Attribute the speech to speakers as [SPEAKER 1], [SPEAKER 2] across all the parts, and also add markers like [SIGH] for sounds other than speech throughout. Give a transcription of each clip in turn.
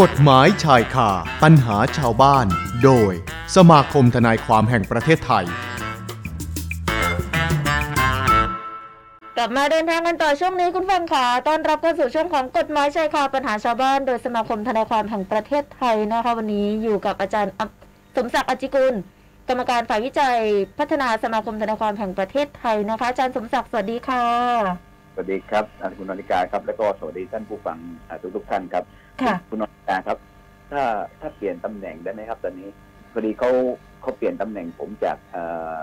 [SPEAKER 1] กฎหมายชายคาปัญหาชาวบ้าน โดย สมาคมทนายความแห่งประเทศไทย
[SPEAKER 2] กลับมาเดินทางกันต่อช่วงนี้คุณฟังค่ะต้อนรับเข้าสู่ช่วงของกฎหมายชายคาปัญหาชาวบ้าน โดยสมาคมทนายความแห่งประเทศไทยนะคะวันนี้อยู่กับอาจารย์อัพสมศักดิ์อจจิกุล กรรมการฝ่ายวิจัยพัฒนาสมาคมทนายความแห่งประเทศไทยนะคะอาจารย์สมศักดิ์สวัสดีค่ะ
[SPEAKER 3] สวัสดีครับอ่าคุณนริกาครับ แล้วก็สวัสดีท่านผู้ฟังทุกทุกๆท่านครับ
[SPEAKER 2] ค่ะ
[SPEAKER 3] ณนริกาครับ ถ้าถ้าเปลี่ยนตำแหน่งได้ไหมครับ ตอนนี้พอดีเขาเขาเปลี่ยนตำแหน่งผมจากเอ่อ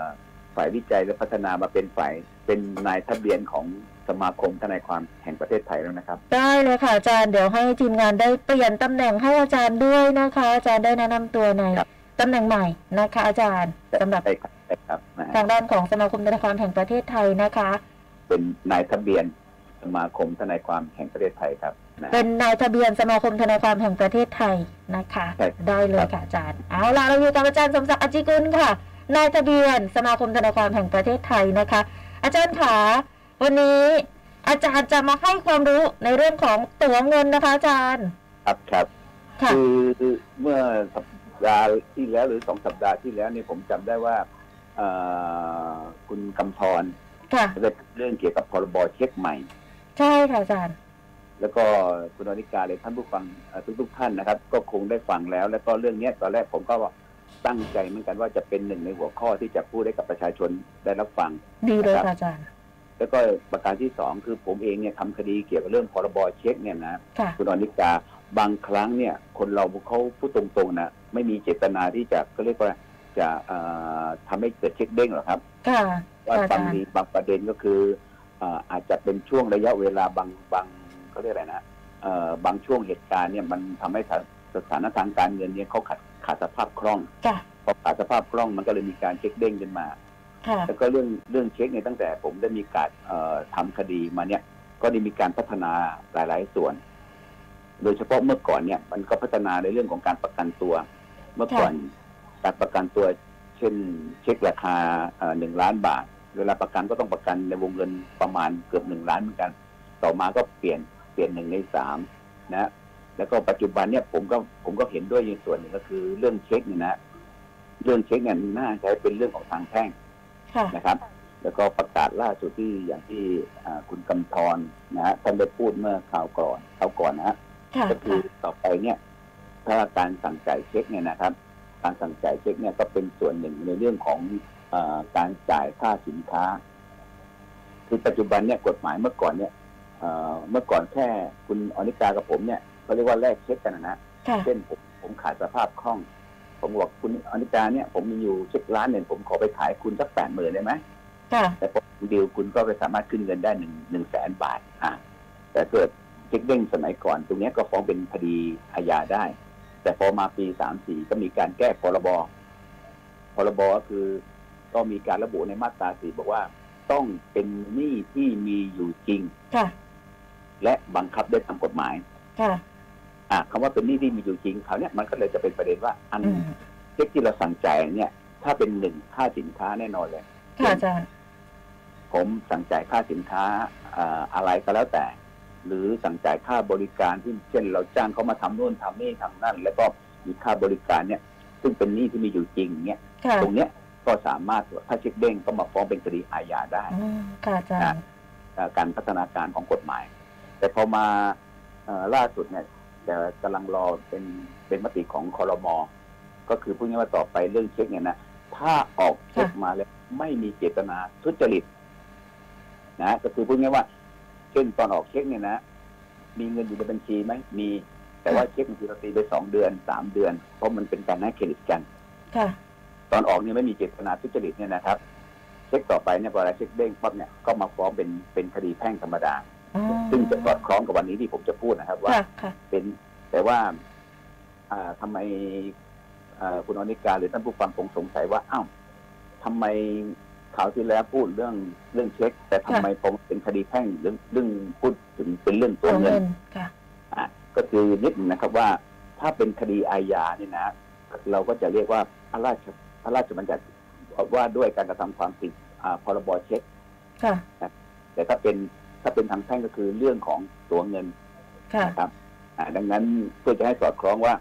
[SPEAKER 3] ฝ่ายวิจัยและพัฒนามาเป็นฝ่ายเป็นนายทะเบียนของสมาคมทนายความแห่งประเทศไทยแล้วนะครับ
[SPEAKER 2] ได้เลยค่ะอาจารย์เดี๋ยวให้ทีมงานได้เปลี่ยนตำแหน่งให้อาจารย์ด้วยนะคะ อาจารย์ได้แนะนำตัวใน
[SPEAKER 3] ครับ
[SPEAKER 2] ตำแหน่งใหม่นะคะ อาจารย์สำหรับ
[SPEAKER 3] ใช่ครับใช่ครับนะฮะ
[SPEAKER 2] ทางด้านของสมาคมทนายความแห่งประเทศไทยนะคะ
[SPEAKER 3] เป็นนายทะเบียนสมาคมทนายความแห่งประเทศไทยครับนะฮะ
[SPEAKER 2] เป็นนายทะเบียนสมาคมทนายความแห่งประเทศไทยนะคะ
[SPEAKER 3] ใช่ครับ
[SPEAKER 2] ได้เลยค่ะอาจารย์ เอาล่ะเราอยู่กับอาจารย์สมศักดิ์อจจิกุลค่ะ นายทะเบียนสมาคมทนายความแห่งประเทศไทยนะคะ อาจารย์ขาวันนี้ อาจารย์จะมาให้ความรู้ในเรื่องของตั๋วเงินนะคะ อาจารย์
[SPEAKER 3] ครับครับ
[SPEAKER 2] ค่ะ
[SPEAKER 3] คือเมื่อสัปดาห์ที่แล้วหรือสองสัปดาห์ที่แล้วเนี่ยผมจำได้ว่าเอ่อคุณกำธร
[SPEAKER 2] ค่ะ
[SPEAKER 3] ได้พูดเรื่องเกี่ยวกับพรบเช็คใหม่
[SPEAKER 2] ใช่ค่ะอาจารย์
[SPEAKER 3] แล้วก็คุณอนิกาเลยท่านผู้ฟังเอ่อทุกๆท่านนะครับ ก็คงได้ฟังแล้ว แล้วก็เรื่องเนี้ยตอนแรกผมก็ตั้งใจเหมือนกันว่าจะเป็นหนึ่งในหัวข้อที่จะพูดให้กับประชาชนได้รับฟัง
[SPEAKER 2] ดีเลยค่ะอาจารย์
[SPEAKER 3] แล้วก็ประการที่สองคือผมเองเนี่ยทำคดีเกี่ยวกับเรื่องพรบเช็คเนี่ยนะ
[SPEAKER 2] ค่ะ
[SPEAKER 3] คุณอนิกาบางครั้งเนี่ย คนเราเขาพูดตรงๆนะไม่มีเจตนาที่จะก็เรียกว่าจะเอ่อทำให้เกิดเช็คเด้งหรอกครับ
[SPEAKER 2] ค่ะ
[SPEAKER 3] ว่า
[SPEAKER 2] ค่ะอา
[SPEAKER 3] บา
[SPEAKER 2] จาง ร
[SPEAKER 3] ที
[SPEAKER 2] ย์
[SPEAKER 3] บางประเด็นก็คือเอ่ออาจจะเป็นช่วงระยะเวลาบางบางเขาเรียกอะไรนะเอ่อบางช่วงเหตุการณ์เนี่ยมันทำให้สถาสถานการณ์การเงินเนี่ยเขาขาดขาดสภาพคล่อง
[SPEAKER 2] ค่ะ
[SPEAKER 3] พอขาดสภาพคล่องมันก็เลยมีการเช็คเด้งขึ้นมา
[SPEAKER 2] ค่ะ
[SPEAKER 3] แล้วก็เรื่องเรื่องเช็คเนี่ยตั้งแต่ผมได้มีการเอ่อทำคดีมาเนี่ย ก็ได้มีการพัฒนาหลาย ๆ ส่วน โดยเฉพาะเมื่อก่อนเนี่ย มันก็พัฒนาในเรื่องของการประกันตัว เมื่อก่อนการประกันตัว เช่น เช็คราคาหนึ่งล้านบาท เวลาประกันก็ต้องประกันในวงเงินประมาณเกือบหนึ่งล้านเหมือนกัน ต่อมาก็เปลี่ยนเปลี่ยนหนึ่งในสามนะ แล้วก็ปัจจุบันเนี่ยผมก็ผมก็เห็นด้วยในส่วนหนึ่งก็คือเรื่องเช็คเนี่ยนะ เรื่องเช็คเนี่ยน่าจะเป็นเรื่องของทางแพ่ง
[SPEAKER 2] ค่ะ
[SPEAKER 3] นะครับ แล้วก็ประกาศล่าสุดที่อย่างที่อ่าคุณกำธรนะฮะท่านได้พูดเมื่อข่าวก่อนข่าวก่อนนะฮะ
[SPEAKER 2] ค่ะ
[SPEAKER 3] ก็คือต่อไปเนี่ยถ้าการสั่งจ่ายเช็คเนี่ยนะครับ การสั่งจ่ายเช็คเนี่ยก็เป็นส่วนหนึ่งในเรื่องของอาการจ่ายค่าสินค้า คือปัจจุบันเนี่ยกฎหมายเมื่อก่อนเนี่ยเอ่อเมื่อก่อนแค่คุณอนิกากับผมเนี่ยเขาเรียกว่าแลกเช็คกันนะฮะ
[SPEAKER 2] ค่ะ
[SPEAKER 3] เช่นผมผมขาดสภาพคล่อง ผมบอกคุณอนิกาเนี่ยผมมีอยู่เช็คล้านหนึ่งผมขอไปขายคุณสักแปดหมื่นได้ไหม
[SPEAKER 2] ค่ะ
[SPEAKER 3] แต่พอดีลคุณก็ไปสามารถขึ้นเงินได้หนึ่งหนึ่งแสนบาทอ่ะแต่เกิดเช็คเด้งสมัยก่อน ตรงเนี้ยก็ฟ้องเป็นคดีอาญาได้ แต่พอมาปีสามสี่ก็มีการแก้พรบพรบก็คือก็มีการระบุในมาตราสี่บอกว่าต้องเป็นหนี้ที่มีอยู่จริง
[SPEAKER 2] ค่ะ
[SPEAKER 3] และบังคับด้วยตามกฎหมาย
[SPEAKER 2] ค่ะ
[SPEAKER 3] อ่ะคำว่าเป็นหนี้ที่มีอยู่จริงเขาวเนี้ยมันก็เลยจะเป็นประเด็นว่าอัน
[SPEAKER 2] อืม
[SPEAKER 3] เช็คที่เราสั่งจ่ายเนี่ย ถ้าเป็นหนึ่งค่าสินค้าแน่นอนเลย
[SPEAKER 2] ค่ะอาจารย์
[SPEAKER 3] ผมสั่งจ่ายค่าสินค้าอ่าอะไรก็แล้วแต่ หรือสั่งจ่ายค่าบริการที่เช่น เราจ้างเขามาทำนู่นทำนี่ทำนั่น แล้วก็มีค่าบริการเนี่ย ซึ่งเป็นหนี้ที่มีอยู่จริงเนี่ย
[SPEAKER 2] ค่ะ
[SPEAKER 3] ตรงเนี้ยก็สามารถถ้าเช็คเด้งก็มาฟ้องเป็นคดีอาญาได้
[SPEAKER 2] อืมค่ะอาจารย์
[SPEAKER 3] อ่าการพัฒนาการของกฎหมาย แต่พอมาเอ่อล่าสุดเนี่ยจะกำลังรอเป็นเป็นมติของคอรมอก็คือพูดง่ายๆว่าต่อไปเรื่องเช็คเนี่ยนะถ้าออกเช็คมาแล้วไม่มีเจตนาทุจริต นะก็คือพูดง่ายๆว่าเช่นตอนออกเช็คเนี่ยนะ มีเงินอยู่ในบัญชีไหมมี แต่ว่าเช็คบางทีเราตีไปสองเดือนสามเดือน เพราะมันเป็นการให้เครดิตกัน
[SPEAKER 2] ค่ะ
[SPEAKER 3] ตอนออกเนี่ยไม่มีเจตนาทุจริตเนี่ยนะครับ เช็คต่อไปเนี่ยพอเราเช็คเด้งปั๊บเนี่ยก็มาฟ้องเป็นเป็นคดีแพ่งธรรมดา
[SPEAKER 2] อ๋อ
[SPEAKER 3] ซึ่งจะสอดคล้องกับวันนี้ที่ผมจะพูดนะครับ ว่า
[SPEAKER 2] ค่ะค่ะ
[SPEAKER 3] เป็นแต่ว่า อ่าทำไมอ่าคุณอนิกาหรือท่านผู้ฟังคงสงสัยว่าอ้าวทำไมข่าวที่แล้วพูดเรื่องเรื่องเช็ค แต่ทำไมผมเป็นคดีแพ่งเรื่องเรื่องพูดถึงเป็นเรื่องตั
[SPEAKER 2] ตัวว
[SPEAKER 3] เงิ
[SPEAKER 2] เงิ
[SPEAKER 3] น
[SPEAKER 2] นค่ะ
[SPEAKER 3] อ่ะก็คือนิดหนึ่งนะครับว่าถ้าเป็นคดีอาญาเนี่ยนะ เราก็จะเรียกว่าพระราชพระราชบัญญัติว่าด้วยการกระทำความผิดอ่าพรบเช็ค
[SPEAKER 2] ค่ะ
[SPEAKER 3] แต่ถ้าเป็นถ้าเป็นทางแพ่งก็คือเรื่องของตัวเงิน
[SPEAKER 2] ค่ะ
[SPEAKER 3] นะครับ อ่าดังนั้นเพื่อจะให้สอดคล้องว่า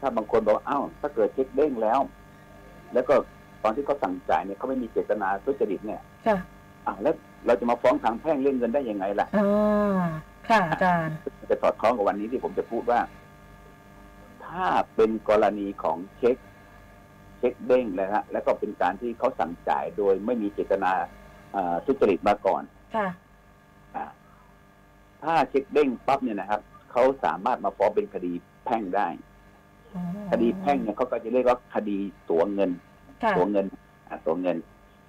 [SPEAKER 3] ถ้าบางคนบอกว่าอ้าวถ้าเกิดเช็คเด้งแล้ว แล้วก็ตอนที่เขาสั่งจ่ายเนี่ยเขาไม่มีเจตนาทุจริตเนี่ย
[SPEAKER 2] ค่ะ
[SPEAKER 3] อ่าแล้วเราจะมาฟ้องทางแพ่งเรื่องเงินได้ยังไงล่ะ
[SPEAKER 2] อ๋อค่ะอาจารย์
[SPEAKER 3] จะสอดคล้องกับวันนี้ที่ผมจะพูดว่า ถ้าเป็นกรณีของเช็ค เช็คเด้งแล้วฮะแล้วก็เป็นการที่เขาสั่งจ่ายโดยไม่มีเจตนาเอ่อทุจริตมาก่อน
[SPEAKER 2] ค่ะ
[SPEAKER 3] อ่าถ้าเช็คเด้งปั๊บเนี่ยนะครับเขาสามารถมาฟ้องเป็นคดีแพ่งได้ คดีแพ่งเนี่ยเขาก็จะเรียกว่าคดีตัวเงิน
[SPEAKER 2] ค่ะ
[SPEAKER 3] ตัวเงินอ่าตัวเงิน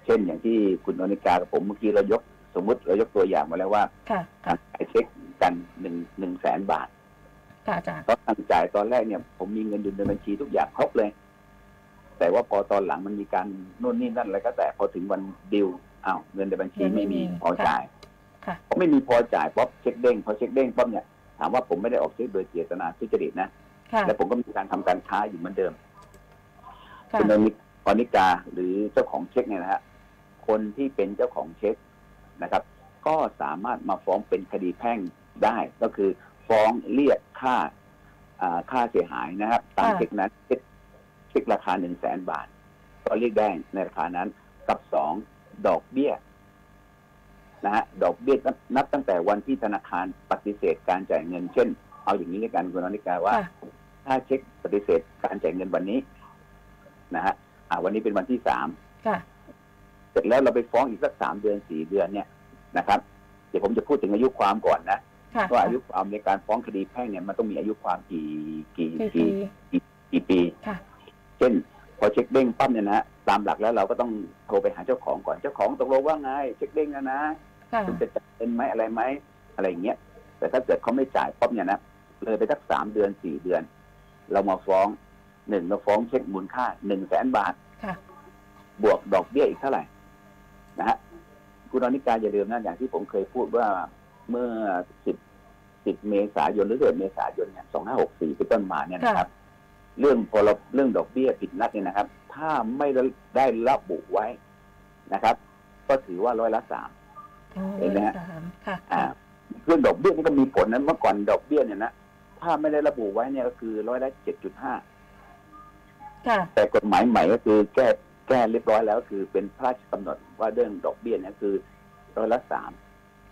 [SPEAKER 3] เช่นอย่างที่คุณอนิกากับผมเมื่อกี้เรายก สมมติเรายกตัวอย่างมาแล้วว่า
[SPEAKER 2] ค่ะ
[SPEAKER 3] การจ่ายเช็คกันหนึ่งหนึ่งแสนบาท
[SPEAKER 2] ค่ะอาจารย์
[SPEAKER 3] เขาสั่งจ่ายตอนแรกเนี่ย ผมมีเงินอยู่ในบัญชีทุกอย่างครบเลย แต่ว่าพอตอนหลังมันมีการโน่นนี่นั่นอะไรก็แต่พอถึงวันดิวอ้าวเงินในบัญชีไม่มีพอจ่าย
[SPEAKER 2] ค่ะ
[SPEAKER 3] ผมไม่มีพอจ่ายป๊อบเช็คเด้งพอเช็คเด้งป๊อบเนี่ยถามว่าผมไม่ได้ออกเช็คโดยเจตนาทุจริตนะ
[SPEAKER 2] ค่ะ
[SPEAKER 3] และผมก็มีการทำการค้าอยู่เหมือนเดิม
[SPEAKER 2] ค่ะ
[SPEAKER 3] คุณอนิกอนิกาหรือเจ้าของเช็คเนี่ยนะฮะคนที่เป็นเจ้าของเช็คนะครับ ก็สามารถมาฟ้องเป็นคดีแพ่งได้ ก็คือฟ้องเรียกค่าอ่าค่าเสียหายนะครับ ตาม
[SPEAKER 2] ค่ะ
[SPEAKER 3] เช็คนั้นเช็คเช็คราคาหนึ่งแสนบาท ก็เรียกได้ในราคานั้นกับสองดอกเบี้ย นะฮะดอกเบี้ยนับนับตั้งแต่วันที่ธนาคารปฏิเสธการจ่ายเงิน เช่น เอาอย่างนี้ในการคุณอนิกาว่า
[SPEAKER 2] ค่ะ
[SPEAKER 3] ถ้าเช็คปฏิเสธการจ่ายเงินวันนี้นะฮะอ่าวันนี้เป็นวันที่สาม
[SPEAKER 2] ค่ะ
[SPEAKER 3] เสร็จแล้วเราไปฟ้องอีกสักสามเดือนสี่เดือนเนี่ยนะครับ เดี๋ยวผมจะพูดถึงอายุความก่อนนะ
[SPEAKER 2] ค่ะ
[SPEAKER 3] ว่าอายุความในการฟ้องคดีแพ่งเนี่ยมันต้องมีอายุความกี่กี่
[SPEAKER 2] ปีปี
[SPEAKER 3] กี่กี่ปี
[SPEAKER 2] ค่ะ
[SPEAKER 3] เช่น พอเช็คเด้งปั๊บเนี่ยนะฮะตามหลักแล้วเราก็ต้องโทรไปหาเจ้าของก่อนเจ้าของตกลงว่าไง เช็คเด้งแล้วนะ
[SPEAKER 2] ค่ะ
[SPEAKER 3] คุณจะจ่ายเป็นไหมอะไรไหมอะไรอย่างเงี้ยแต่ถ้าเกิดเขาไม่จ่ายปั๊บเนี่ยนะเลยไปสักสามเดือนสี่เดือน เรามาฟ้องหนึ่งเราฟ้องเช็คมูลค่าหนึ่งแสนบาท
[SPEAKER 2] ค่ะ
[SPEAKER 3] บวกดอกเบี้ยอีกเท่าไหร่นะฮะคุณอนิกาอย่าลืมนะอย่างที่ผมเคยพูดว่าเมื่อสิบสิบเมษายนหรือเดือนเมษายนเนี่ยสองห้าหกสี่เป็นต้นมาเนี่ยนะครับ เรื่องพอเราเรื่องดอกเบี้ยผิดนัดเนี่ยนะครับ ถ้าไม่ได้ระบุไว้นะครับ ก็ถือว่าร้อยละสาม
[SPEAKER 2] อ๋อ
[SPEAKER 3] เห็นไหมฮะ
[SPEAKER 2] สามค่ะ
[SPEAKER 3] อ่าเรื่องดอกเบี้ยนี่ก็มีผลนะเมื่อก่อนดอกเบี้ยเนี่ยนะถ้าไม่ได้ระบุไว้เนี่ยก็คือร้อยละเจ็ดจุดห้า
[SPEAKER 2] ค่ะ
[SPEAKER 3] แต่กฎหมายใหม่ก็คือแก้แก้เรียบร้อยแล้วก็คือเป็นพระราชกำหนดว่าเรื่องดอกเบี้ยเนี่ยคือร้อยละสาม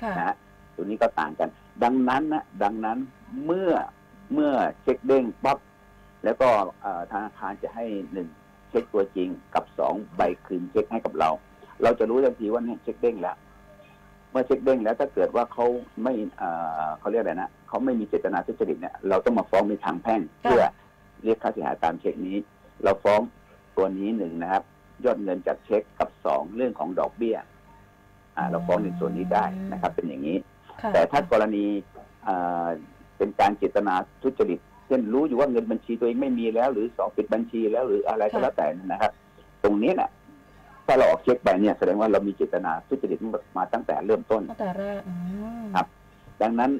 [SPEAKER 2] ค่ะ
[SPEAKER 3] นะฮะตัวนี้ก็ต่างกัน ดังนั้นนะดังนั้นเมื่อเมื่อเช็คเด้งปั๊บแล้วก็เอ่อธนาคารจะให้หนึ่งเช็คตัวจริงกับสองใบคืนเช็คให้กับเรา เราจะรู้ทันทีว่าเนี่ยเช็คเด้งแล้ว เมื่อเช็คเด้งแล้วถ้าเกิดว่าเขาไม่เอ่อเขาเรียกอะไรนะเขาไม่มีเจตนาทุจริตเนี่ยเราต้องมาฟ้องในทางแพ่ง
[SPEAKER 2] ค่ะ
[SPEAKER 3] เพื่อเรียกค่าเสียหายตามเช็คนี้ เราฟ้องตัวนี้หนึ่งนะครับ ยอดเงินจากเช็คกับสองเรื่องของดอกเบี้ย อ่า เราฟ้องในส่วนนี้ได้นะครับ เป็นอย่างนี้
[SPEAKER 2] ค่ะ
[SPEAKER 3] แต่ถ้ากรณีเอ่อเป็นการเจตนาทุจริต เช่นรู้อยู่ว่าเงินบัญชีตัวเองไม่มีแล้ว หรือสองปิดบัญชีแล้วหรืออะไรก็แล้วแต่นะครับ ตรงนี้นะถ้าเราออกเช็คไปเนี่ยแสดงว่าเรามีเจตนาทุจริตมาตั้งแต่เริ่มต้น
[SPEAKER 2] ตั้งแต่แรกอืม
[SPEAKER 3] ครับ ดังนั้น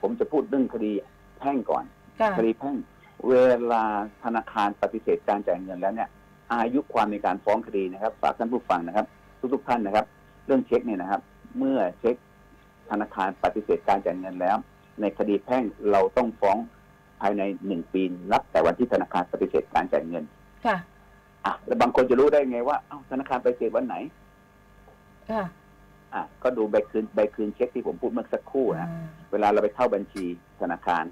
[SPEAKER 3] ผมจะพูดเรื่องคดีแพ่งก่อน
[SPEAKER 2] ค่ะ
[SPEAKER 3] คดีแพ่งเวลาธนาคารปฏิเสธการจ่ายเงินแล้วเนี่ย อายุความในการฟ้องคดีนะครับ ฝากท่านผู้ฟังนะครับ ทุกๆท่านนะครับ เรื่องเช็คเนี่ยนะครับ เมื่อเช็คธนาคารปฏิเสธการจ่ายเงินแล้ว ในคดีแพ่งเราต้องฟ้องภายในหนึ่งปีนับแต่วันที่ธนาคารปฏิเสธการจ่ายเงิน
[SPEAKER 2] ค่ะ
[SPEAKER 3] อ่ะแล้วบางคนจะรู้ได้ไงว่าเอ้าธนาคารปฏิเสธวันไหน
[SPEAKER 2] ค่ะ
[SPEAKER 3] อ่ะก็ดูใบคืนใบคืนเช็คที่ผมพูดเมื่อสักครู่นะ เวลาเราไปเข้าบัญชีธนาคาร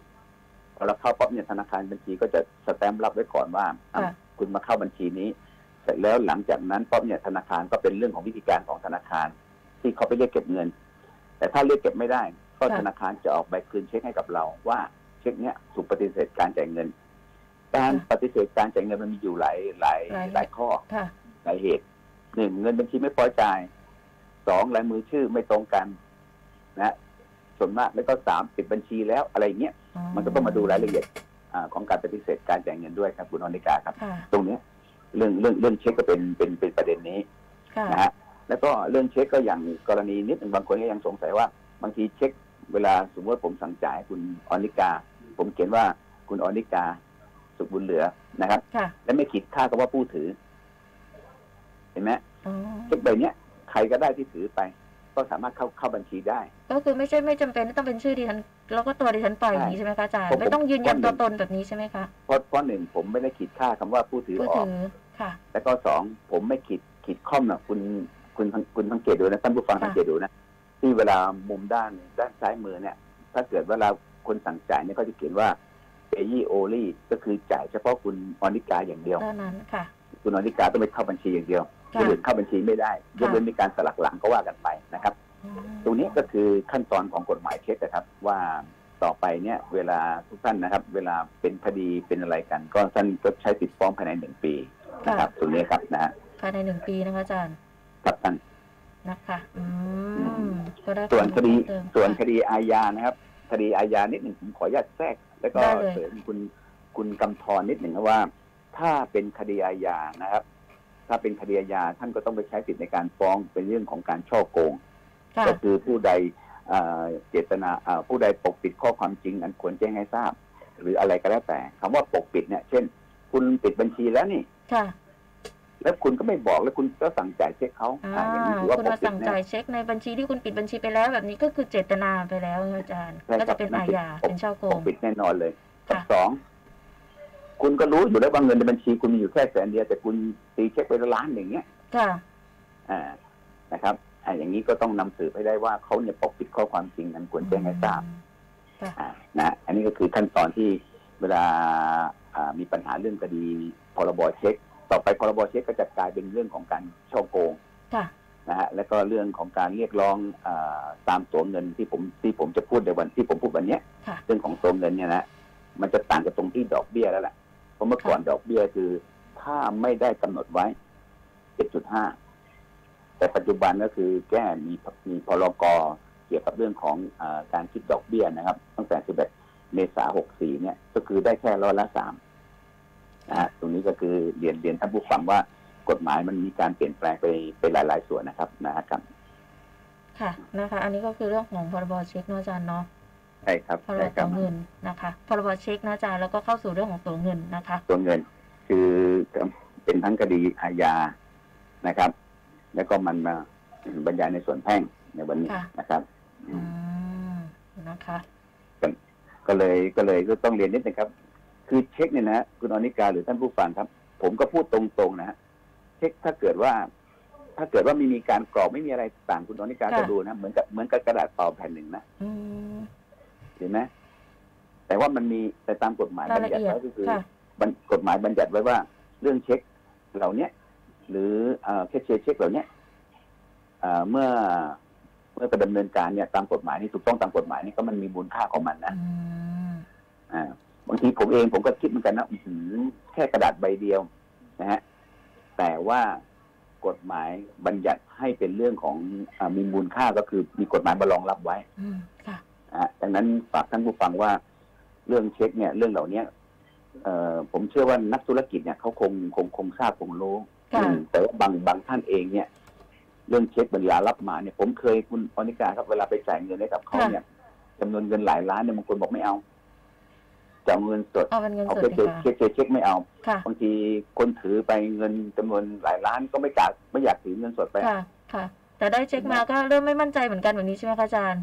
[SPEAKER 3] พอเราเข้าปั๊บเนี่ยธนาคารบัญชีก็จะสแตมป์รับไว้ก่อนว่าอ่ะ
[SPEAKER 2] ค่ะ
[SPEAKER 3] คุณมาเข้าบัญชีนี้ เสร็จแล้วหลังจากนั้นปั๊บเนี่ยธนาคารก็เป็นเรื่องของวิธีการของธนาคาร ที่เขาไปเรียกเก็บเงิน แต่ถ้าเรียกเก็บไม่ได้ ก็
[SPEAKER 2] ค่ะ
[SPEAKER 3] ธนาคารจะออกใบคืนเช็คให้กับเราว่าเช็คเนี้ยถูกปฏิเสธการจ่ายเงิน การปฏิเสธการจ่ายเงินมันมีอยู่หลายหลายหลายข้อ
[SPEAKER 2] ค่ะ
[SPEAKER 3] หลายเหตุหนึ่งเงินบัญชีไม่พอจ่ายสองลายมือชื่อไม่ตรงกัน นะส่วนมากแล้วก็สามปิดบัญชีแล้วอะไรอย่างเงี้ยมันก็ต้องมาดูรายละเอียดอาของการปฏิเสธการจ่ายเงินด้วยครับคุณอนิกาครับ
[SPEAKER 2] ค่ะ
[SPEAKER 3] ตรงเนี้ยเรื่องเรื่องเรื่องเช็คก็เป็นเป็นเป็นประเด็นนี้
[SPEAKER 2] ค่ะ
[SPEAKER 3] นะฮะแล้วก็เรื่องเช็คก็อย่างกรณีนิดหนึ่งบางคนก็ยังสงสัยว่า บางทีเช็ค เวลาสมมติว่าผมสั่งจ่ายคุณอนิกา ผมเขียนว่าคุณอนิกา สุขบุญเหลือนะครับ
[SPEAKER 2] ค่ะ
[SPEAKER 3] และไม่ขีดค่าคำว่าผู้ถือ เห็นไหม
[SPEAKER 2] อ๋อ
[SPEAKER 3] เช็คใบเนี้ยใครก็ได้ที่ถือไป ก็สามารถเข้าเข้าบัญชีได้
[SPEAKER 2] ก็คือไม่ใช่ไม่จำเป็นที่ต้องเป็นชื่อดิฉันแล้วก็ตัวดิฉันไป
[SPEAKER 3] ใช่
[SPEAKER 2] อย่างนี้ใช่ไหมคะอาจาร
[SPEAKER 3] ผ
[SPEAKER 2] ย์
[SPEAKER 3] ม
[SPEAKER 2] ไม่ต้องยืนยันตัวตนแบบนี้ใช่ไหมคะ
[SPEAKER 3] เพราะเพราะหนึ่งผมไม่ได้ขีดค่าคำว่าผู้ถือ
[SPEAKER 2] ผู้
[SPEAKER 3] ออก
[SPEAKER 2] ถือค่ะ
[SPEAKER 3] แล้วก็สองผมไม่ขีดขีดข้อมนะคุณคุณคุณสังเกตดูนะท่านผู้ฟัง
[SPEAKER 2] ค่ะ
[SPEAKER 3] สังเกตดูนะที่เวลามุมด้านด้านซ้ายมือเนี่ย ถ้าเกิดเวลาคนสั่งจ่ายเนี่ยก็จะเขียนว่าเ a ยี่โอลี่ก็คือจ่ายเฉพาะคุณอนิกาอย่างเดียว
[SPEAKER 2] เท่านั้นค่ะ
[SPEAKER 3] คุณอนิกาต้องไปเข้าบัญชีอย่างเดียว
[SPEAKER 2] ค่ะ
[SPEAKER 3] คนอื่นเข้าบัญชีไม่ได้ยกเว้นมีการสลักหลังก็ว่ากันไปนะครับ ตรงนี้ก็คือขั้นตอนของกฎหมายเท็จนะครับ ว่าต่อไปเนี่ยเวลาทุกท่านนะครับ เวลาเป็นคดีเป็นอะไรกัน ก็ท่านก็ใช้ติดฟ้องภายในหนึ่งปีนะครับตรงนี้ครับนะฮะ
[SPEAKER 2] ภายในหนึ่งปีนะคะอาจารย์
[SPEAKER 3] ครับท่าน
[SPEAKER 2] นะคะอื
[SPEAKER 3] อื
[SPEAKER 2] ม
[SPEAKER 3] ม
[SPEAKER 2] ก็ได้
[SPEAKER 3] ส่วนคดี
[SPEAKER 2] เพิ่มเติม
[SPEAKER 3] ส่วนค
[SPEAKER 2] ค่ะ
[SPEAKER 3] ดีอาญานะครับ คดีอาญานิดหนึ่งผมขออนุญาตแทรก แล้วก็
[SPEAKER 2] ได้เลย
[SPEAKER 3] เสริมคุณคุณกำธรนิดหนึ่งนะว่า ถ้าเป็นคดีอาญานะครับ ถ้าเป็นคดีอาญาท่านก็ต้องไปใช้สิทธิ์ในการฟ้องเป็นเรื่องของการช่อโกง
[SPEAKER 2] ค่ะ
[SPEAKER 3] ก็คือผู้ใดเอ่อเจตนาเอ่อผู้ใดปกปิดข้อความจริง อันควรแจ้งให้ทราบ หรืออะไรก็แล้วแต่คำว่าปกปิดเนี่ย เช่น คุณปิดบัญชีแล้วนี่
[SPEAKER 2] ค่ะ
[SPEAKER 3] แล้วคุณก็ไม่บอกแล้วคุณก็สั่งจ่ายเช็คเขา
[SPEAKER 2] อ่า
[SPEAKER 3] อ่าอย่างนี้ถือว่า
[SPEAKER 2] คุณ
[SPEAKER 3] ปก
[SPEAKER 2] มา
[SPEAKER 3] ปิด
[SPEAKER 2] สั่ง
[SPEAKER 3] นะ
[SPEAKER 2] จ่ายเช็คในบัญชีที่คุณปิดบัญชีไปแล้ว แบบนี้ก็คือเจตนาไปแล้วนะคะอาจารย์ก็จะเป็นอาญาเป็นช่อโก
[SPEAKER 3] ป
[SPEAKER 2] ง
[SPEAKER 3] กปิดแน่นอนเลย
[SPEAKER 2] ค่ะ
[SPEAKER 3] สองคุณก็รู้อยู่แล้วว่าเงินในบัญชีคุณมีอยู่แค่แสนเดียวแต่คุณตีเช็คไปละล้านอย่างเงี้ย
[SPEAKER 2] ค่ะ
[SPEAKER 3] อ่านะครับอ่าอย่างนี้ก็ต้องนำสืบให้ได้ว่าเขาเนี่ยปกปิดข้อความจริงอันควรแจ้งให้ทราบ อ่านะอันนี้ก็คือขั้นตอนที่เวลาอ่ามีปัญหาเรื่องคดีพรบเช็ค ต่อไปพรบเช็คก็จะกลายเป็นเรื่องของการช่อโกง
[SPEAKER 2] ค่ะ
[SPEAKER 3] นะฮะแล้วก็เรื่องของการเรียกร้องอาตามตัวเงินที่ผมที่ผมจะพูดในวันที่ผมพูดวันเนี้ย
[SPEAKER 2] ค่ะ
[SPEAKER 3] เรื่องของตัวเงินเนี่ยนะมันจะต่างกับตรงที่ดอกเบี้ยแล้วแหละเพราะเมื่อก่อนดอกเบี้ยคือถ้าไม่ได้กำหนดไว้ 7.5 แต่ปัจจุบันก็คือแก้มีมีพรกเกี่ยวกับเรื่องของอาการคิดดอกเบี้ยนะครับ ตั้งแต่ 11 เมษายน 64 เนี่ยก็คือได้แค่ร้อยละสามนะฮะตรงนี้ก็คือเรียนเรียนท่านผู้ฟังว่ากฎหมายมันมีการเปลี่ยนแปลงไปไปหลาย ๆ ส่วนนะครับนะครับ
[SPEAKER 2] ค่ะนะคะ อันนี้ก็คือเรื่องของพรบเช็คเนอะอาจารย์เนาะ
[SPEAKER 3] ใช่ครับ
[SPEAKER 2] พรบ
[SPEAKER 3] ใช่ครั
[SPEAKER 2] ตั๋
[SPEAKER 3] บ
[SPEAKER 2] วเงินนะคะพรบเช็คนะอาจารย์แล้วก็เข้าสู่เรื่องของตั๋วเงินนะคะ
[SPEAKER 3] ตัวเงินคือเป็นทั้งคดีอาญานะครับ แล้วก็มันมาบรรยายในส่วนแพ่งในวันนี้
[SPEAKER 2] ค่ะ
[SPEAKER 3] นะครับ อื
[SPEAKER 2] อื
[SPEAKER 3] ม
[SPEAKER 2] มนะคะ
[SPEAKER 3] ก็เลยก็เลยก็ต้องเรียนนิดนึงครับ คือเช็คเนี่ยนะคุณอนิกาหรือท่านผู้ฟังครับ ผมก็พูดตรงๆนะฮะเช็คถ้าเกิดว่า ถ้าเกิดว่าไม่มีการกรอกไม่มีอะไรต่างคุณอนิกา
[SPEAKER 2] ค่ะ
[SPEAKER 3] จะดูนะเหมือนกับเหมือนกับกระดาษเปล่าแผ่นหนึ่งนะ
[SPEAKER 2] อืม
[SPEAKER 3] เห็นไหมแต่ว่ามันมีแต่ตามกฎหมาย
[SPEAKER 2] ราย
[SPEAKER 3] บัญ
[SPEAKER 2] ละ
[SPEAKER 3] ญัติ
[SPEAKER 2] เอียด
[SPEAKER 3] ไว้ก็คือ
[SPEAKER 2] ค่ะ
[SPEAKER 3] บัญกฎหมายบัญญัติไว้ว่า เรื่องเช็คเหล่าเนี้ยหรือแคชเชียร์เช็คเหล่าเนี้ยเอ่อเมื่อเมื่อไปดำเนินการเนี่ยตามกฎหมายนี่ถูกต้องตามกฎหมายนี่ก็มันมีมูลค่าของมันนะ
[SPEAKER 2] อืม
[SPEAKER 3] อ่าบางทีผมเองผมก็คิดเหมือนกันนะอื้อหือแค่กระดาษใบเดียวนะฮะแต่ว่ากฎหมายบัญญัติให้เป็นเรื่องของอามีมูลค่าก็คือมีกฎหมายมารองรับไว้
[SPEAKER 2] อืมค่ะ
[SPEAKER 3] นะฮะดังนั้นฝากท่านผู้ฟังว่าเรื่องเช็คเนี่ย เรื่องเหล่าเนี้ยเอ่อผมเชื่อว่านักธุรกิจเนี่ยเขาคงคงคงทราบคงรู้
[SPEAKER 2] ค่ะ
[SPEAKER 3] อืมแต่ว่าบางบางท่านเองเนี่ย เรื่องเช็คเวลารับมาเนี่ย ผมเคยคุณอนิกาครับเวลาไปจ่ายเงินให้กับเขาเนี่ยจำนวนเงินหลายล้านเนี่ยบางคนบอกไม่เอาจะเอาเงินสด
[SPEAKER 2] เอาเป็นเงิน
[SPEAKER 3] เอา
[SPEAKER 2] สด
[SPEAKER 3] เช็ค
[SPEAKER 2] ดีกว่า
[SPEAKER 3] เช็คเช็คเช็คเช็คไม่เอา
[SPEAKER 2] ค่ะ
[SPEAKER 3] บางทีคนถือไปเงินจำนวนหลายล้านก็ไม่กล้าไม่อยากถือเงินสดไป
[SPEAKER 2] ค่ะ ค่ะ แต่ได้เช็คมาก็เริ่มไม่มั่นใจเหมือนกันแบบนี้ใช่ไหมคะอาจารย์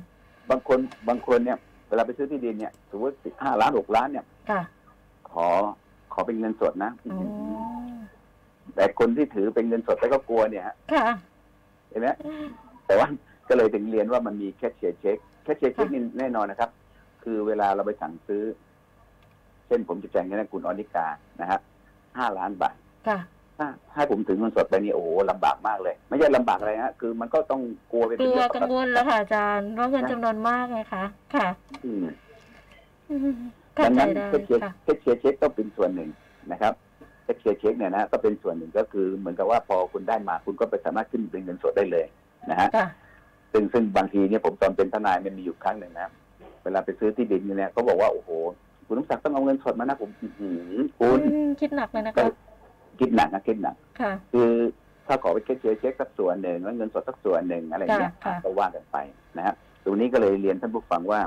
[SPEAKER 3] บางคนบางคนเนี่ย เวลาไปซื้อที่ดินเนี่ยสมมติห้าล้านหกล้านเนี่ย
[SPEAKER 2] ค่ะ
[SPEAKER 3] ขอขอเป็นเงินสดนะ
[SPEAKER 2] อ๋อ
[SPEAKER 3] แต่คนที่ถือเป็นเงินสดแล้วก็กลัวเนี่ยฮะ
[SPEAKER 2] ค่ะ
[SPEAKER 3] เห็นไหมแต่ว่า [LAUGHS] ก็เลยถึงเรียนว่ามันมีแคชเชียร์เช็คแคชเชียร์เช็คนี่แน่นอนนะครับ คือเวลาเราไปสั่งซื้อ เช่นผมจะแจ้งเงินให้คุณอนิกานะครับห้าล้านบาท
[SPEAKER 2] ค่ะ
[SPEAKER 3] ถ้าให้ผมถึงเงินสดไปนี่โอ้โหลำบากมากเลย ไม่ใช่ลำบากอะไรฮะคือมันก็ต้องกลัวไป
[SPEAKER 2] ก
[SPEAKER 3] เป็น
[SPEAKER 2] ลัว
[SPEAKER 3] เรื่องป
[SPEAKER 2] กั
[SPEAKER 3] ก
[SPEAKER 2] งวล
[SPEAKER 3] ติ
[SPEAKER 2] แล้วค่ะอาจารย์ว่าเงินจำนวนมากไงคะ ค่ะ
[SPEAKER 3] อืม
[SPEAKER 2] อืมเข้า
[SPEAKER 3] ดัง
[SPEAKER 2] ใจ
[SPEAKER 3] นั้น
[SPEAKER 2] ได้
[SPEAKER 3] แคชเชียร์
[SPEAKER 2] ค่ะ
[SPEAKER 3] แคชเชียร์เช็คก็เป็นส่วนหนึ่งนะครับแคชเชียร์เช็คเนี่ยนะก็เป็นส่วนหนึ่งก็คือเหมือนกับว่าพอคุณได้มาคุณก็ไปสามารถขึ้นเป็นเงินสดได้เลยนะฮะ
[SPEAKER 2] ค่ะ
[SPEAKER 3] ซึ่งซึ่งบางทีเนี่ยผมตอนเป็นทนายมันมีอยู่ครั้งหนึ่งนะเวลาไปซื้อที่ดินเนี่ยเขาบอกว่าโอ้โหคุณน้ำศักดิ์ต้องเอาเงินสดมานะผมอื้อหือคุณ
[SPEAKER 2] อืมคิดหนักเลยนะ
[SPEAKER 3] ก็
[SPEAKER 2] คะ
[SPEAKER 3] คิดหนักนะคิดหนัก
[SPEAKER 2] ค่ะ
[SPEAKER 3] คือถ้าขอไปแค่เชียร์เช็คสักส่วนหนึ่งแล้วเงินสดสักส่วนหนึ่งอะไรอย่างเงี้ย
[SPEAKER 2] ค่ะ
[SPEAKER 3] ก็ว่ากันไปนะครับตรงนี้ก็เลยเรียนท่านผู้ฟังว่า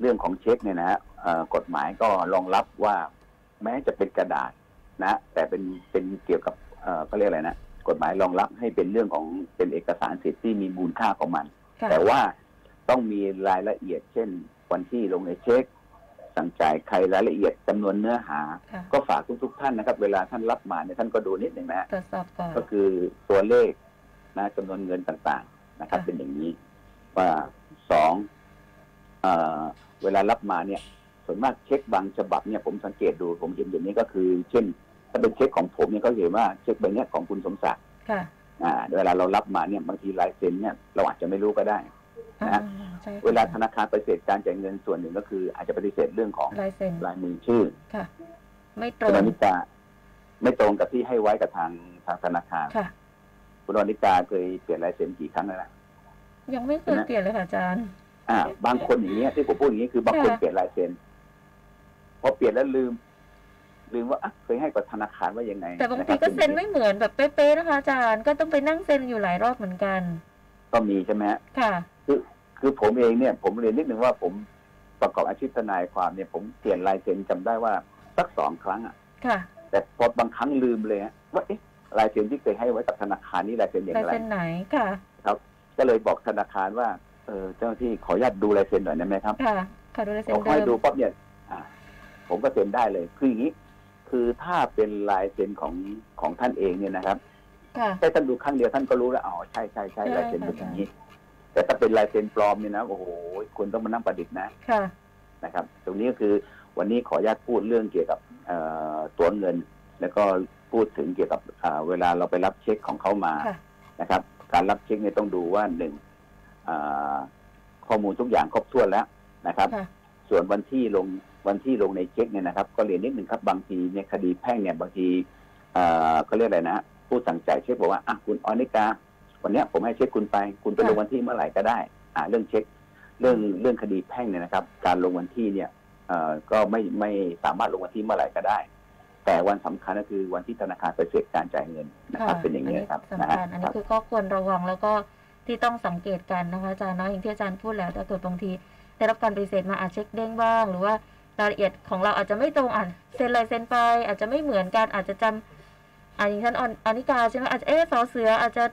[SPEAKER 3] เรื่องของเช็คเนี่ยนะฮะเอ่อกฎหมายก็รองรับว่า แม้จะเป็นกระดาษนะ แต่เป็นเป็นเกี่ยวกับเอ่อเขาเรียกอะไรนะกฎหมายรองรับให้เป็นเรื่องของเป็นเอกสารสิทธิ์ที่มีมูลค่าของมัน
[SPEAKER 2] ค่ะ
[SPEAKER 3] แต่ว่าต้องมีรายละเอียด เช่น วันที่ลงในเช็ค สั่งจ่ายใครรายละเอียดจำนวนเนื้อหา
[SPEAKER 2] ค่ะ
[SPEAKER 3] ก็ฝากทุกๆท่านนะครับ เวลาท่านรับมาเนี่ยท่านก็ดูนิดหนึ่งนะฮะ
[SPEAKER 2] ตรวจสอบก่อน
[SPEAKER 3] ก็คือตัวเลขนะจำนวนเงินต่างๆนะครับ
[SPEAKER 2] ค่ะ
[SPEAKER 3] เป็นอย่างนี้ว่าสองเอ่อเวลารับมาเนี่ย ส่วนมากเช็คบางฉบับเนี่ยผมสังเกตดูผมเห็นอย่างนี้ก็คือ เช่น ถ้าเป็นเช็คของผมเนี่ยก็เห็นว่าเช็คใบเนี้ยของคุณสมศักดิ์
[SPEAKER 2] ค่ะ
[SPEAKER 3] อ่าเวลาเรารับมาเนี่ยบางทีลายเซ็นเนี่ยเราอาจจะไม่รู้ก็ได้
[SPEAKER 2] อ่า
[SPEAKER 3] นะ
[SPEAKER 2] ใช่ค่ะ
[SPEAKER 3] เวลาธนาคารปฏิเสธการจ่ายเงินส่วนหนึ่งก็คือ อาจจะปฏิเสธเรื่องของ
[SPEAKER 2] ลายเซ็น
[SPEAKER 3] ลายมือชื่อ
[SPEAKER 2] ค่ะ ไม่ตร
[SPEAKER 3] คุณ
[SPEAKER 2] ง
[SPEAKER 3] อนิตาไม่ตรงกับที่ให้ไว้กับทางทางธนาคาร
[SPEAKER 2] ค่ะ
[SPEAKER 3] คุณอนิตาเคยเปลี่ยนลายเซ็นกี่ครั้งแล้วล่ะ
[SPEAKER 2] ยังไม่เคยเปลี่ยนเลยค่ะอาจารย์
[SPEAKER 3] อ่าบางคนอย่างเงี้ยที่ผมพูดอย่างนี้คือบางคน
[SPEAKER 2] ค่ะ
[SPEAKER 3] เปลี่ยนลายเซ็นพอเปลี่ยนแล้วลืม ลืมว่าอ่ะเคยให้กับธนาคารว่ายังไง
[SPEAKER 2] แต่บาง
[SPEAKER 3] ะค
[SPEAKER 2] ที
[SPEAKER 3] รับ
[SPEAKER 2] ก็เซ็น
[SPEAKER 3] ป็
[SPEAKER 2] ไม่เหมือนแบบเป๊ะๆนะคะอาจารย์ก็ต้องไปนั่งเซ็นอยู่หลายรอบเหมือนกัน
[SPEAKER 3] ก็มีใช่ไหมฮะ
[SPEAKER 2] ค่ะ
[SPEAKER 3] คือผมเองเนี่ย ผมเรียนนิดนึงว่าผมประกอบอาชีพทนายความเนี่ย ผมเปลี่ยนลายเซ็นจำได้ว่าสักสองครั้งอ่ะ
[SPEAKER 2] ค่ะ
[SPEAKER 3] แต่พอบางครั้งลืมเลยฮะว่าเอ๊ะลายเซ็นที่เคยให้ไว้กับธนาคารนี่ลายเซ็นอย่า
[SPEAKER 2] ลาย
[SPEAKER 3] งไร
[SPEAKER 2] เซ็นไหนค่ะ
[SPEAKER 3] ก็เลยบอกธนาคารว่าเออเจ้าหน้าที่ขออนุญาตดูลายเซ็นหน่อยได้ไหมครับ
[SPEAKER 2] ค่ะค่ะดูลายเซ็
[SPEAKER 3] ผ
[SPEAKER 2] น
[SPEAKER 3] ม
[SPEAKER 2] เดิ
[SPEAKER 3] ให้
[SPEAKER 2] ม
[SPEAKER 3] ดูปั๊บเนี่ยอ่าผมก็เซ็นได้เลย คืออย่างนี้ คือถ้าเป็นลายเซ็นของของท่านเองเนี่ยนะครับ
[SPEAKER 2] ค่ะ
[SPEAKER 3] แค่ท่านดูครั้งเดียวท่านก็รู้แล้วอ๋อใช่ใช่ใช่
[SPEAKER 2] ใช่
[SPEAKER 3] ลายเซ็นเป็นอย่างนี้ แต่ถ้าเป็นลายเซ็นปลอมเนี่ยนะโอ้โหคุณต้องมานั่งประดิษฐ์นะ
[SPEAKER 2] ค่ะ
[SPEAKER 3] นะครับ ตรงนี้ก็คือวันนี้ขออนุญาตพูดเรื่องเกี่ยวกับเอ่อตัวเงิน แล้วก็พูดถึงเกี่ยวกับอ่าเวลาเราไปรับเช็คของเขามา
[SPEAKER 2] ค่ะ
[SPEAKER 3] นะครับ การรับเช็คเนี่ยต้องดูว่าหนึ่งอ่าข้อมูลทุกอย่างครบถ้วนแล้วนะครับ
[SPEAKER 2] ค่ะ
[SPEAKER 3] ส่วนวันที่ลงวันที่ลงในเช็คเนี่ยนะครับ ก็เรียนนิดหนึ่งครับบางทีในยคดีแพ่งเนี่ยบางทีเอ่อเขาเรียกอะไรนะ ผู้สั่งจ่ายเช็คบอกว่าอ่ะคุณออนิกา วันเนี้ยผมให้เช็คคุณไป คุณไป
[SPEAKER 2] ค่ะ
[SPEAKER 3] ลงวันที่เมื่อไหร่ก็ได้ อ่าเรื่องเช็ค เรื่องเรื่องคดีแพ่งเนี่ยนะครับ การลงวันที่เนี่ยเอ่อก็ไม่ไม่สามารถลงวันที่เมื่อไหร่ก็ได้ แต่วันสำคัญก็คือวันที่ธนาคารปฏิเสธการจ่ายเงินนะครับ เป็นอย่างนี้ยครับนะ
[SPEAKER 2] สำคัญอัน
[SPEAKER 3] ค
[SPEAKER 2] นี้
[SPEAKER 3] รับ
[SPEAKER 2] คือก็ควรระวังแล้วก็ที่ต้องสังเกตกันนะคะอาจารย์เนาะอย่างที่อาจารย์พูดแล้วถ้าเกิดบางทีได้รับการปฏิเสธมาอาจเช็คเด้งบ้าง หรือว่ารายละเอียดของเราอาจจะไม่ตรงอ่านเซ็นลายเซ็นไป อาจจะไม่เหมือนกันอาจจะจำอ่านอย่างท่านออนอนิกาใช่ไหมอาจจะเอ๊ะสอเสืออาจจะ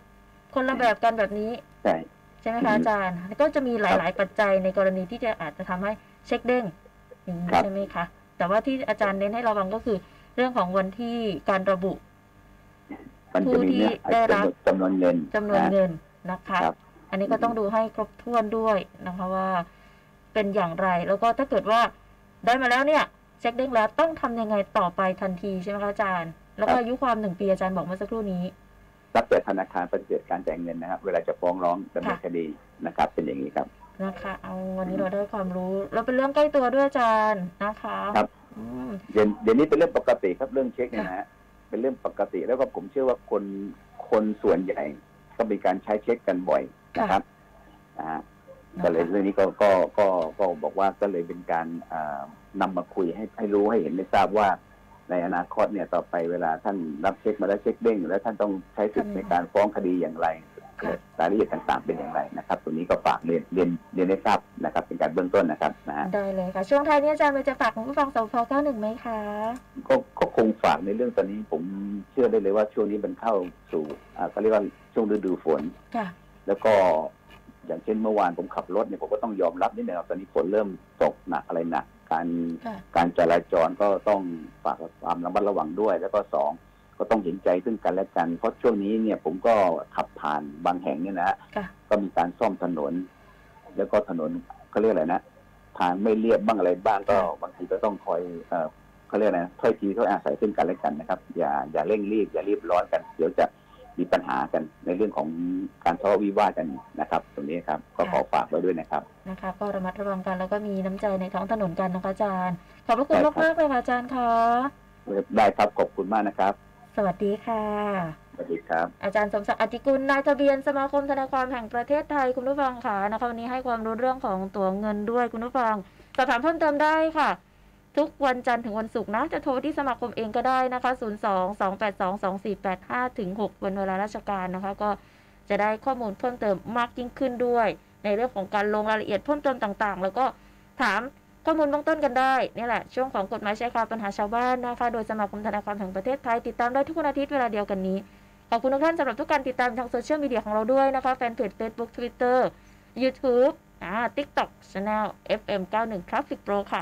[SPEAKER 2] คนละแบบกันแบบนี้
[SPEAKER 3] ใช่
[SPEAKER 2] ใช่ไหม
[SPEAKER 3] อื
[SPEAKER 2] คะ
[SPEAKER 3] ม
[SPEAKER 2] อาจารย์แล้วก็จะมีห
[SPEAKER 3] ครับ
[SPEAKER 2] ลาย ๆ ปัจจัยในกรณีที่จะอาจจะทำให้เช็คเด้งอย่างนี้
[SPEAKER 3] ครับ
[SPEAKER 2] ใช่ไหมคะ แต่ว่าที่อาจารย์เน้นให้ระวังก็คือเรื่องของวันที่การระบุ
[SPEAKER 3] มันจะมีเนี่ย
[SPEAKER 2] ผู้ที่ได้รับ
[SPEAKER 3] จำนวนเงิน
[SPEAKER 2] จำนวน
[SPEAKER 3] นะ
[SPEAKER 2] เงินนะคะ
[SPEAKER 3] ครับ
[SPEAKER 2] อันนี้ก็ต้องดูให้ครบถ้วนด้วยนะคะว่า เป็นอย่างไร แล้วก็ถ้าเกิดว่าได้มาแล้วเนี่ย เช็คเด้งแล้วต้องทำยังไงต่อไปทันทีใช่ไหมคะอาจารย์ แล้วก็อายุความหนึ่งปีอาจารย์บอกเมื่อสักครู่นี้
[SPEAKER 3] รับแต่ธนาคารปฏิเสธการจ่ายเงินนะครับ เวลาจะฟ้องร้องดำเนิน
[SPEAKER 2] ค่ะ
[SPEAKER 3] คดีนะครับ เป็นอย่างนี้ครับ
[SPEAKER 2] นะคะเอาวันนี้เราได้ความรู้ แล้วเป็นเรื่องใกล้ตัวด้วยอาจารย์นะคะ
[SPEAKER 3] ครับ
[SPEAKER 2] อืม
[SPEAKER 3] เดี๋ยวเดี๋ยวนี้เป็นเรื่องปกติครับเรื่องเช็คเนี่ยนะฮะเป็นเรื่องปกติแล้วก็ผมเชื่อว่าคนคนส่วนใหญ่ก็มีการใช้เช็คกันบ่อยนะครับนะฮะ
[SPEAKER 2] นะคะ
[SPEAKER 3] ก็เลยเรื่องนี้ก็ก็ก็ก็บอกว่าก็เลยเป็นการอ่านำมาคุยให้ให้รู้ให้เห็นให้ทราบว่า ในอนาคตเนี่ยต่อไปเวลาท่านรับเช็คมาแล้วเช็คเด้งแล้วท่านต้องใช้สิทธิ์ในการฟ้องคดีอย่างไร เกิดรายละเอียดต่างๆเป็นอย่างไรนะครับตรงนี้ก็ฝากเรียนเรียนเรียนให้ทราบนะครับ เป็นการเบื้องต้นนะครับนะฮะ
[SPEAKER 2] ได้เลยค่ะ ช่วงท้ายนี้อาจารย์เบลจะฝากคุณผู้ฟังสพ91ไหมคะ
[SPEAKER 3] ก็ก็คงฝากในเรื่องตอนนี้ผมเชื่อได้เลยว่าช่วงนี้มันเข้าสู่อ่าเขาเรียกว่าช่วงฤดูฝน
[SPEAKER 2] ค่ะ
[SPEAKER 3] แล้วก็ อย่างเช่นเมื่อวานผมขับรถเนี่ยผมก็ต้องยอมรับนิดหนึงครับตอนนี้ฝนเริ่มตกหนักอะไรหนักการ
[SPEAKER 2] ค่ะ
[SPEAKER 3] การจราจรก็ต้องฝากความระมัดระวังด้วย แล้วก็สองก็ต้องเห็นใจซึ่งกันและกัน เพราะช่วงนี้เนี่ยผมก็ขับผ่านบางแห่งเนี่ยนะฮะ
[SPEAKER 2] ค่ะ
[SPEAKER 3] ก็มีการซ่อมถนน แล้วก็ถนนเขาเรียกอะไรนะทางไม่เรียบบ้างอะไรบ้างก็บางทีก็ต้องคอยเอ่อเขาเรียกอะไรนะถ้อยทีถ้อยอาศัยซึ่งกันและกันนะครับ อย่าอย่าเร่งรีบอย่ารีบร้อนกัน เดี๋ยวจะมีปัญหากันในเรื่องของการทะเลาะวิวาทกันนะครับ ตรงนี้ครับ ก็ขอฝากไว้ด้วยนะครับ
[SPEAKER 2] นะคะ ก็ระมัดระวังกันแล้วก็มีน้ำใจในท้องถนนกันนะคะอาจารย์ ขอบพระคุณ
[SPEAKER 3] ได้ครั
[SPEAKER 2] มากมา
[SPEAKER 3] บ
[SPEAKER 2] กๆเลยค่ะอาจารย์คะ
[SPEAKER 3] ได้ครับขอบคุณมากนะครับ
[SPEAKER 2] สวัสดีค่ะ
[SPEAKER 3] สวัสดีครับ
[SPEAKER 2] อาจารย์สมศักดิ์อธิกุลนายทะเบียนสมาคมทนายความแห่งประเทศไทยคุณผู้ฟังค่ะนะคะวันนี้ให้ความรู้เรื่องของตั๋วเงินด้วยคุณผู้ฟังสอบถามเพิ่มเติมได้ค่ะ ทุกวันจันทร์ถึงวันศุกร์นะ จะโทรที่สมาคมเองก็ได้นะคะ 0 2 2 8 2 2 4 8 5ถึง6วันเวลาราชการนะคะ ก็จะได้ข้อมูลเพิ่มเติมมากยิ่งขึ้นด้วย ในเรื่องของการลงรายละเอียดเพิ่มเติมต่างๆ แล้วก็ถามข้อมูลเบื้องต้นกันได้นี่แหละช่วงของกฎหมายชายคาปัญหาชาวบ้านนะคะ โดยสมาคมทนายความแห่งประเทศไทยติดตามได้ทุกวันอาทิตย์เวลาเดียวกันนี้ ขอบคุณทุกท่านสำหรับทุกการติดตามทางโซเชียลมีเดียของเราด้วยนะคะ แฟนเพจ Facebook Twitter YouTube อ่า TikTok Channel FM 91 Traffic Pro ค่ะ